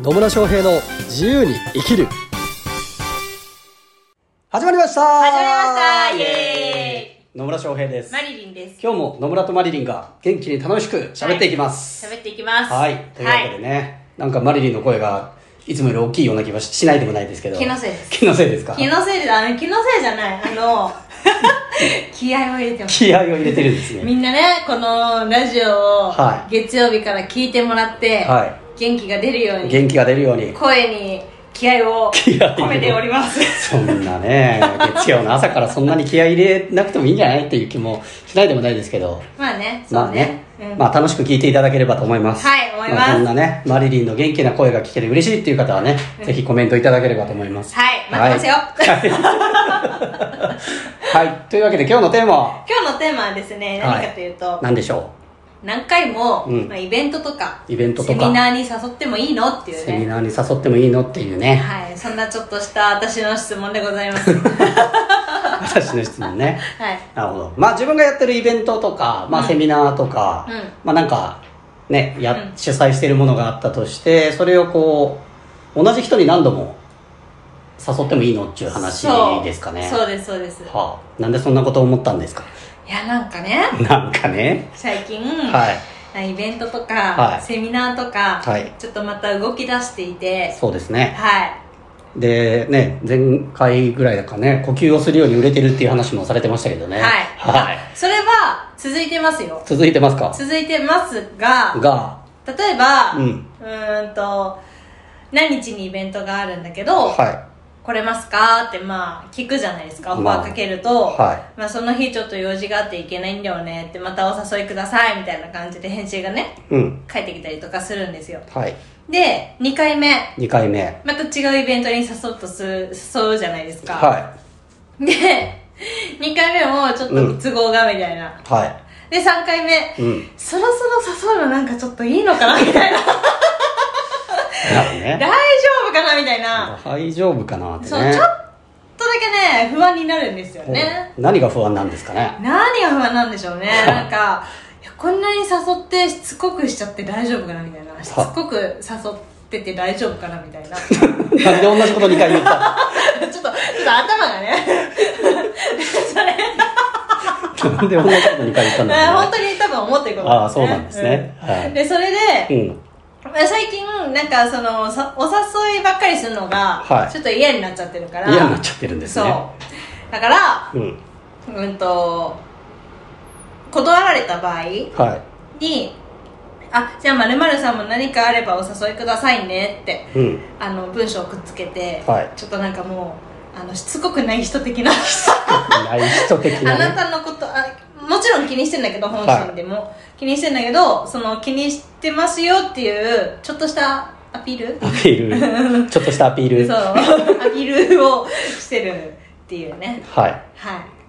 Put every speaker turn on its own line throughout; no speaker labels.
野村翔平の自由に生きる始まりました
始まりましたイエ
野村翔平です
ーイマリリンです。
今日も野村とマリリンが元気に楽しく喋っていきます
喋っていきます。
はい、というわけでね、なんかマリリンの声がいつもより大きいような気はししないでもないですけど
気のせいです
気のせいですか
気のせいで、あの、気のせいじゃない。あ の、気合を入れてます。
気合を入れてるんですね
みんなね、このラジオを
はい
月曜日から聞いてもらって、
は
元気が出るように、
元気が出るように
声に気合を
気合を
込めております。
そんなね月曜の朝からそんなに気合い入れなくてもいいんじゃないっていう気もしないでもないですけど
まあね、そ
ま
う
あ
ね
ね。、
うん
まあ楽しく聞いていただければと思います。
はい思います
あこんなね、マリリンの元気な声が聞ける嬉しいっていう方はね、
うん
ぜひコメントいただければと思います。
はい待ってますよ
はい。はいというわけで今日のテーマは
今日のテーマはですね、
はい
何かというと、
何でしょ
何回も、
うん
まあ、イベントとか、
イベントとか
セミナーに誘ってもいいのって
う
いうね。
セミナーに誘ってもいいのっていうね、
はい、そんなちょっとした私の質問でござ います。は
私の質問ね。
い。
なるほど。まあ自分がやってるイベントとか、まあ
うん
セミナーとか、
うん
まあなんかね、や
う、ん
主催しているものがあったとして、それをこう、同じ人に何度も誘ってもいいのっていう話
そう
ですかね。
そうです、そうです。い
はあ、なんでそんなこと思ったん ですか
や、なんかね、
なんかね。
最近、
はい。
イベントとか、
はい
セミナーとか、
はい
ちょっとまた動き出していて、
そうですね。
は
で、ね、前回ぐらいだかね、呼吸をするように売れてるっていう話もされてましたけど
い。
ね。
はい。
はい。
それは、続いてますよ。
続いてますか
続いてますが、
が、
例えば、
う。
うんーんと、何日にイベントがあるんだけど、
は
来れますかってまあ聞くじゃないですかオファーかけると、
まあは
まあ、その日ちょっと用事があって行けないんだよねってまたお誘いくださいみたいな感じで返信がね
い。うん。
返ってきたりとかするんですよ
はい。
で2回目
2回目。
また違うイベントに誘うとする誘うじゃないですか、
は
で2回目もちょっ
うん
と都合がみたいな、
い。は
で3回目
い。うん。
そろそろ誘うのなんかちょっといいのかなみたいな
なるほど
大
ね。
丈夫かなみたいな、
大丈夫かなってね。
そうちょっとだけね不安になるんですよね
うん何が不安なんですかね。
何が不安なんでしょうねなんかいやこんなに誘ってしつこくしちゃって大丈夫かなみたいなしつこく誘ってて大丈夫かなみたいなちょっ
なんで同じこと2回言 った
とちょっと頭がねそれ、
なんで同じこと2回言ったんだろう
本
ね。
当に多分思ってること
ああ、そうなんですね。
うん
はい。
でそれ
う
で、
ん。
まあ最近なんかそのさお誘いばっかりするのが、
はい
ちょっと嫌になっちゃってるから
嫌になっちゃってるんです
そ
ね。
うだから
うん。
うんと断られた場合、
は
に「あじゃあまるさんも何かあればお誘いくださいね」って
い。うん。
あの文章をくっつけて、
はい
ちょっとなんかもうあのしつこくない人的な
ない人的
あ
な
な
ね。
たのことあもちろん気にしてんだけど本心でも、気にしてんだけどその気にしてますよっていうちょっとしたアピール
アピール。ちょっとしたアピー
そ
ル。
うアピールをしてるっていうね
はい。
はい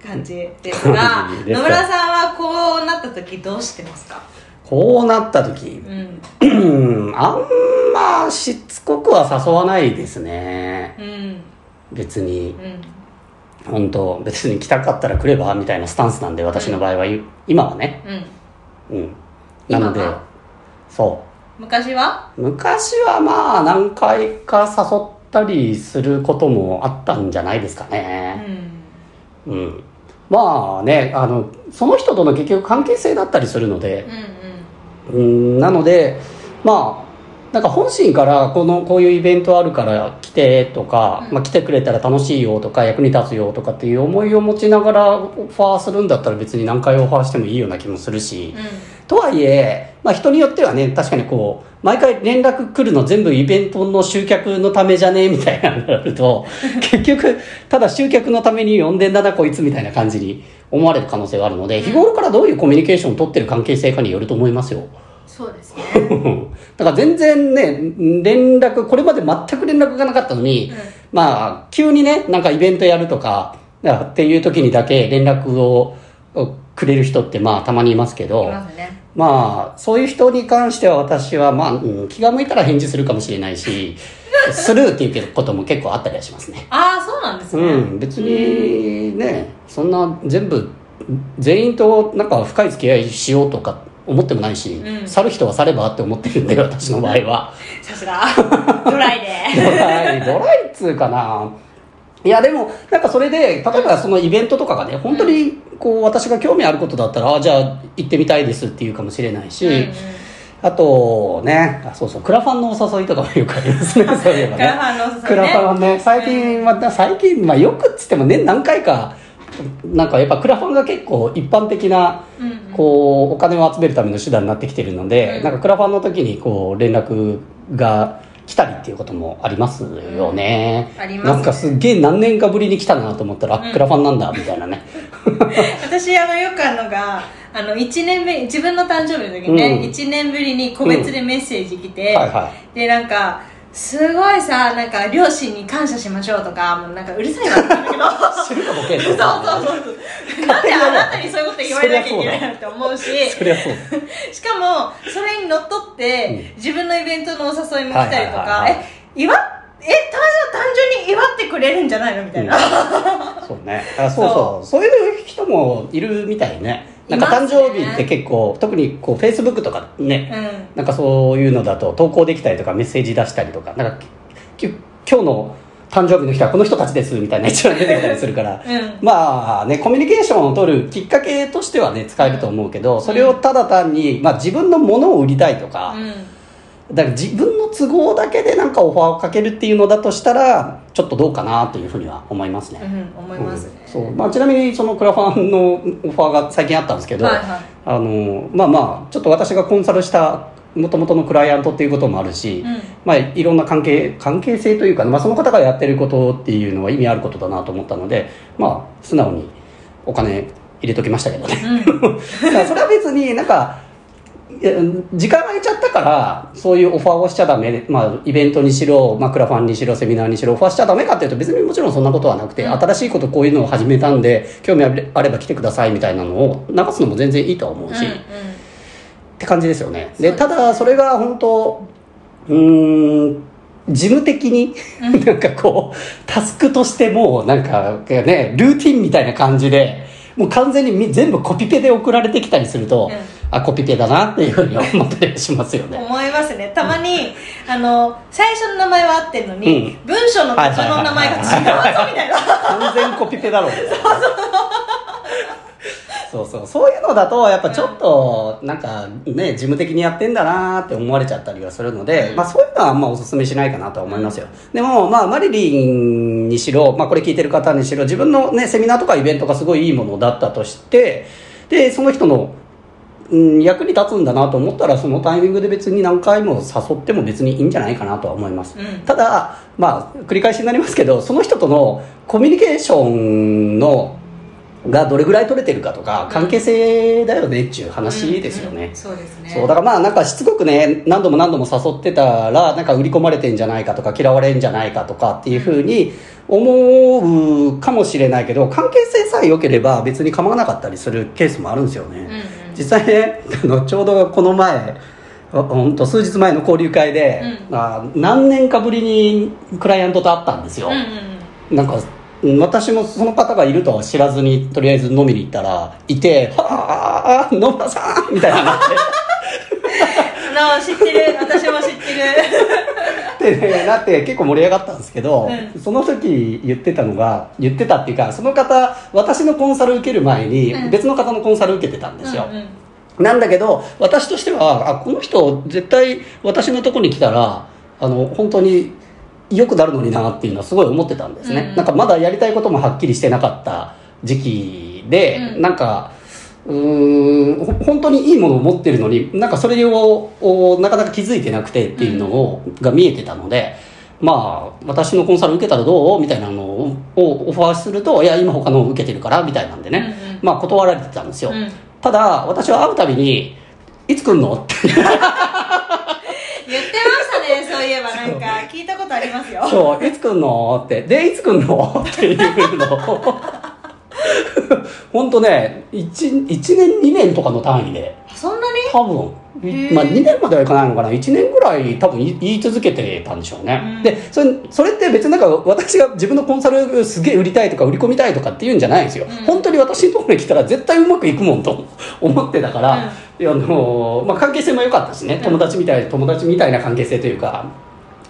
感じですが
いいです
野
か
村さんはこうなった時どうしてますか
こうなった時
う、ん
うん、あんましつこくは誘わないですね。
うん
別に
う、ん
本当別に来たかったら来ればみたいなスタンスなんで、私の場合は、今はね。
うん
うん。なので
今は、
そ
昔は
う。昔はまあ、何回か誘ったりすることもあったんじゃないですか
う
ね。
ん
うん、まあねあのその人との結局関係性だったりするの
う
で
ん、
うん、なのでまあなんか本心からこのこういうイベントあるから来てとか、
うん
まあ、来てくれたら楽しいよとか役に立つよとかっていう思いを持ちながらオファーするんだったら別に何回オファーしてもいいような気もするし、
うん
とはいえ、まあ、人によってはね確かにこう毎回連絡来るの全部イベントの集客のためじゃねみたいなのになる と結局ただ集客のために呼んでんだなこいつみたいな感じに思われる可能性があるので、
ん
日頃からどういうコミュニケーションを取ってる関係性かによると思いますよ
そうですね、
だから全然ね連絡これまで全く連絡がなかったのに、
う
まあ、急にね、なんかイベントやるとか、っていう時にだけ連絡をくれる人って、まあ、たまにいますけ
ん、い
ど、
ますね
まあ、そういう人に関しては私は、まあ、うん気が向いたら返事するかもしれない し、スルーっていうことも結構あったりはしますね。
ああそうなんです
う
ね、
ん、別にね、そんな全部、全員となんか深い付き合いしようとか、思ってもないし、
うん
去る人は去ればって思ってるん で私の場合は
さすがドライ
ド
で
ライドライっつうかないやでもなんかそれで例えばそのイベントとかがね本当にこう私が興味あることだったら、あじゃあ行ってみたいですっていうかもしれないし、
うんうん
あとねあそうそうクラファンのお誘いとかもよくありますねそういえば
ク
ね
ラファンのおすす
クラファンは
めね
ね最近は、最近、まあ、よくっつっても年何回かなんかやっぱクラファンが結構一般的な
うんうん
こうお金を集めるための手段になってきてるので、
うん
なんかクラファンの時にこう連絡が来たりっていうこともありますよね、
ありますね
なんかすっげえ何年かぶりに来たなと思ったら、あ
うん
クラファンなんだみたいなね
私あのよくあるのがあの1年目自分の誕生日の時ね、
うん
1年ぶりに個別でメッセージ来て、
はい はい
でなんかすごいさなんか両親に感謝しましょうとかもうなんかうるさいわって言うんだけど
知るかボケ
そうそうそうそうなんであなたにそういうこと言われなきゃいけないのって思うし
そりゃそうだ
しかもそれにのっとって、自分のイベントのお誘いも
はいは
来たりとか、
いはいはい
え祝っえ誕生誕生に祝ってくれるんじゃないのみたいな、
そうね。あそうそうそういう人もいるみたいね。なんか
いま
誕
すね
生日って結構、特にこう Facebook とかね、
うん
なんかそういうのだと投稿できたりとかメッセージ出したりとか、なんかきき今日の誕生日の人はこの人たちですみたいな一覧出てきたりするから。
うん
まあね、コミュニケーションを取るきっかけとしてはね、使えると思うけど、それをただ単に、まあ自分のものを売りたいとか、
うん
だから自分の都合だけでなんかオファーをかけるっていうのだとしたら、ちょっとどうかなというふうには思いますね。
うん、思いますね、
うんそうまあ、ちなみにそのクラファンのオファーが最近あったんですけど、
はいはい
あのまあまあちょっと私がコンサルした元々のクライアントっていうこともあるし、
うん
まあ、いろんな関係関係性というか、まあ、その方がやってることっていうのは意味あることだなと思ったので、まあ、素直にお金入れときましたけどね。だからそれは別になんかいや時間が空いちゃったからそういうオファーをしちゃダメ、まあ、イベントにしろ、まあ、クラファンにしろセミナーにしろオファーしちゃダメかっていうと別にもちろんそんなことはなくて、
うん
新しいことこういうのを始めたんで興味あれあれば来てくださいみたいなのを流すのも全然いいとは思うし、
うん
っ
うん
て感じですよね。
そうで
ですただそれが本当うーん事務的に、 なんかこう、タスクとしてもうなんかね、ルーティンみたいな感じで、もう完全にみ全部コピペで送られてきたりすると、
うん
あ、コピペだなっていうふうに思ったりしますよね。
思いますねたまに、あの最初の名前は合ってるのに、
う
文章の途中の名前が違うぞみたいな
完全コピペだろうねそうそうそういうのだとやっぱちょっとなんかね事務的にやってんだなーって思われちゃったりはするので、
うん
まあ、そういうのはあんまおすすめしないかなとは思いますよでも、まあ、マリリンにしろ、まあ、これ聞いてる方にしろ自分の、ね、セミナーとかイベントがすごいいいものだったとしてでその人のうん、役に立つんだなと思ったらそのタイミングで別に何回も誘っても別にいいんじゃないかなとは思います、
うん
ただまあ繰り返しになりますけどその人とのコミュニケーションのがどれぐらい取れてるかとか関係性だよねっていう話ですよね、
うんうんそうですね
そうだからまあなんかしつこくね何度も何度も誘ってたらなんか売り込まれてんじゃないかとか嫌われんじゃないかとかっていうふうに思うかもしれないけど関係性さえ良ければ別に構わなかったりするケースもあるんですよね、
うんうん
実際ねあのちょうどこの前あほんと数日前の交流会で、
う
あ何年かぶりにクライアントと会ったんですよ、
うんうん
なんかうん私もその方がいるとは知らずにとりあえず飲みに行ったらいて「はあ野村さん!」みたいに なっ
あの知ってる私も知ってる
てで、ね、なって結構盛り上がったんですけど、
うん
その時言ってたのが言ってたっていうかその方私のコンサル受ける前に
うん
別の方のコンサル受けてたんですよ、
うんうん
なんだけど、私としては、あ、この人、絶対私のとこに来たら、あの、本当に良くなるのになっていうのはすごい思ってたんですね。
うん
なんかまだやりたいこともはっきりしてなかった時期で、
うん
なんか、うーんほ本当にいいものを持ってるのになんかそれををなかなか気づいてなくてっていうのを、が見えてたのでまあ私のコンサル受けたらどうみたいなのををオファーするといや今他の受けてるからみたいなんでね、
うんうん
まあ断られてたんですよ、
うん
ただ私は会うたびに「いつ来んの?」 って
言ってましたねそういえばなんか聞いたことありますよ
「そういつ来んの?」って「でいつ来んの?」っていうのを 本当ね 1, 一年2年とかの単位で
そんなに
多
へ
分、
ー
まあ、2年まではいかないのかな1年ぐらい多分言い言い続けてたんでしょうね、
うん
でそれそれって別になんか私が自分のコンサルすげえ売りたいとか売り込みたいとかっていうんじゃないんですよ、
うん
本当に私のところに来たら絶対うまくいくもんと 思ってたから、いやあのーまあ、関係性も良かったしね
ん
友達みたい友達みたいな関係性というか、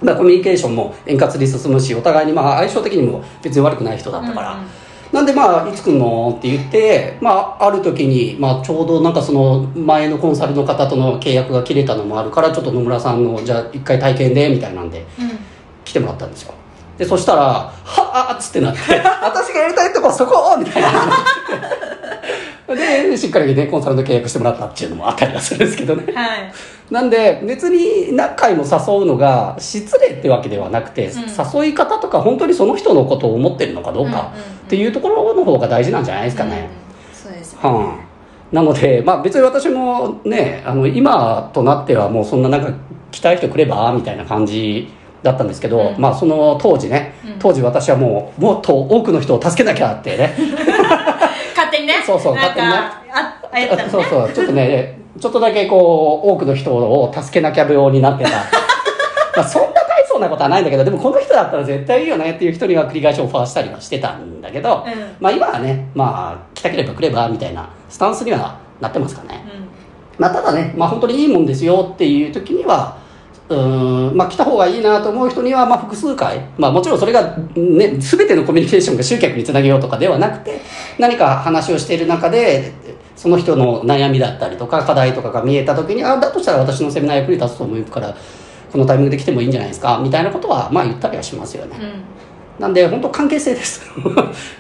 まあ、コミュニケーションも円滑に進むしお互いにまあ相性的にも別に悪くない人だったから、
うんうん
なんでまあ、いつ来んのって言って、まあ、ある時に、まあ、ちょうどなんかその前のコンサルの方との契約が切れたのもあるから、ちょっと野村さんの、じゃあ一回体験で、みたいなんで、来てもらったんですよ。で、そしたら、はあっつってな って、私がやりたいとこはそこみたいな。で、しっかりね、コンサルの契約してもらったっていうのもあったりはするんですけどね。
うんはい
なんで別に何回も誘うのが失礼ってわけではなくて、
ん
誘い方とか本当にその人のことを思ってるのかどうか
うんうんうん
っていうところの方が大事なんじゃないですかね。
うんそうですね
はんなので、まあ、別に私もねあの今となってはもうそんななんか来たい人来ればみたいな感じだったんですけど、
うん
まあその当時ね
うん
当時私はもうもっと多くの人を助けなきゃってね
勝手にね
そうそう
なんか
勝
ああやったの
そう
ね
そうちょっとねちょっとだけこう多くの人を助けなきゃ病にな ってたまあそんな大層なことはないんだけどでもこの人だったら絶対いいよねっていう人には繰り返しオファーしたりはしてたんだけど、
うん
まあ今はねまあ来たければ来ればみたいなスタンスにはなってますかね、
うん
まあ、ただね、まあ、本当にいいもんですよっていう時にはうーんまあ、来た方がいいなと思う人には、まあ、複数回、まあ、もちろんそれが、ね、全てのコミュニケーションが集客につなげようとかではなくて何か話をしている中でその人の悩みだったりとか課題とかが見えた時にあだとしたら私のセミナー役に立つと思うからこのタイミングで来てもいいんじゃないですかみたいなことは、まあ、言ったりはしますよね。
うん
なんで、本当関係性です。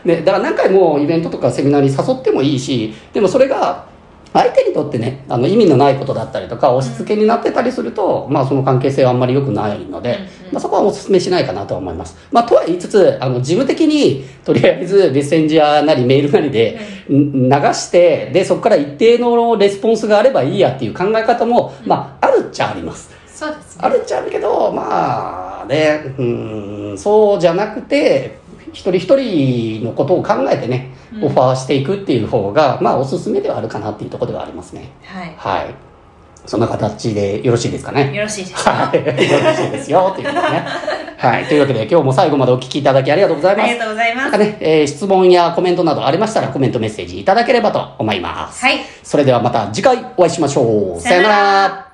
ね、だから何回もイベントとかセミナーに誘ってもいいし、でもそれが、相手にとってね、あの意味のないことだったりとか、押し付けになってたりすると、まあその関係性はあんまり良くないので、
うんうん
まあそこはお勧めしないかなとは思います。まあとは言いつつ、あの事務的に、とりあえずメッセンジャーなりメールなりでん流して、で、そこから一定のレスポンスがあればいいやっていう考え方も、まああるっちゃあります。
そうですね
あるっちゃあるけどまあねうんそうじゃなくて一人一人のことを考えてね、
うん
オファーしていくっていう方がまあおすすめではあるかなっていうところではありますね
は
はいそんな形でよろしいですか
い
ね
よろしいですか
はいよろしいですよということでねはいというわけで今日も最後までお聞きいただきありがとうござい
あ
ます
りがとうござい
なん
ま
かね、えー質問やコメントなどありましたらコメントメッセージいただければと思います
すはい
それではまた次回お会いしましょう
さよなら
さよなら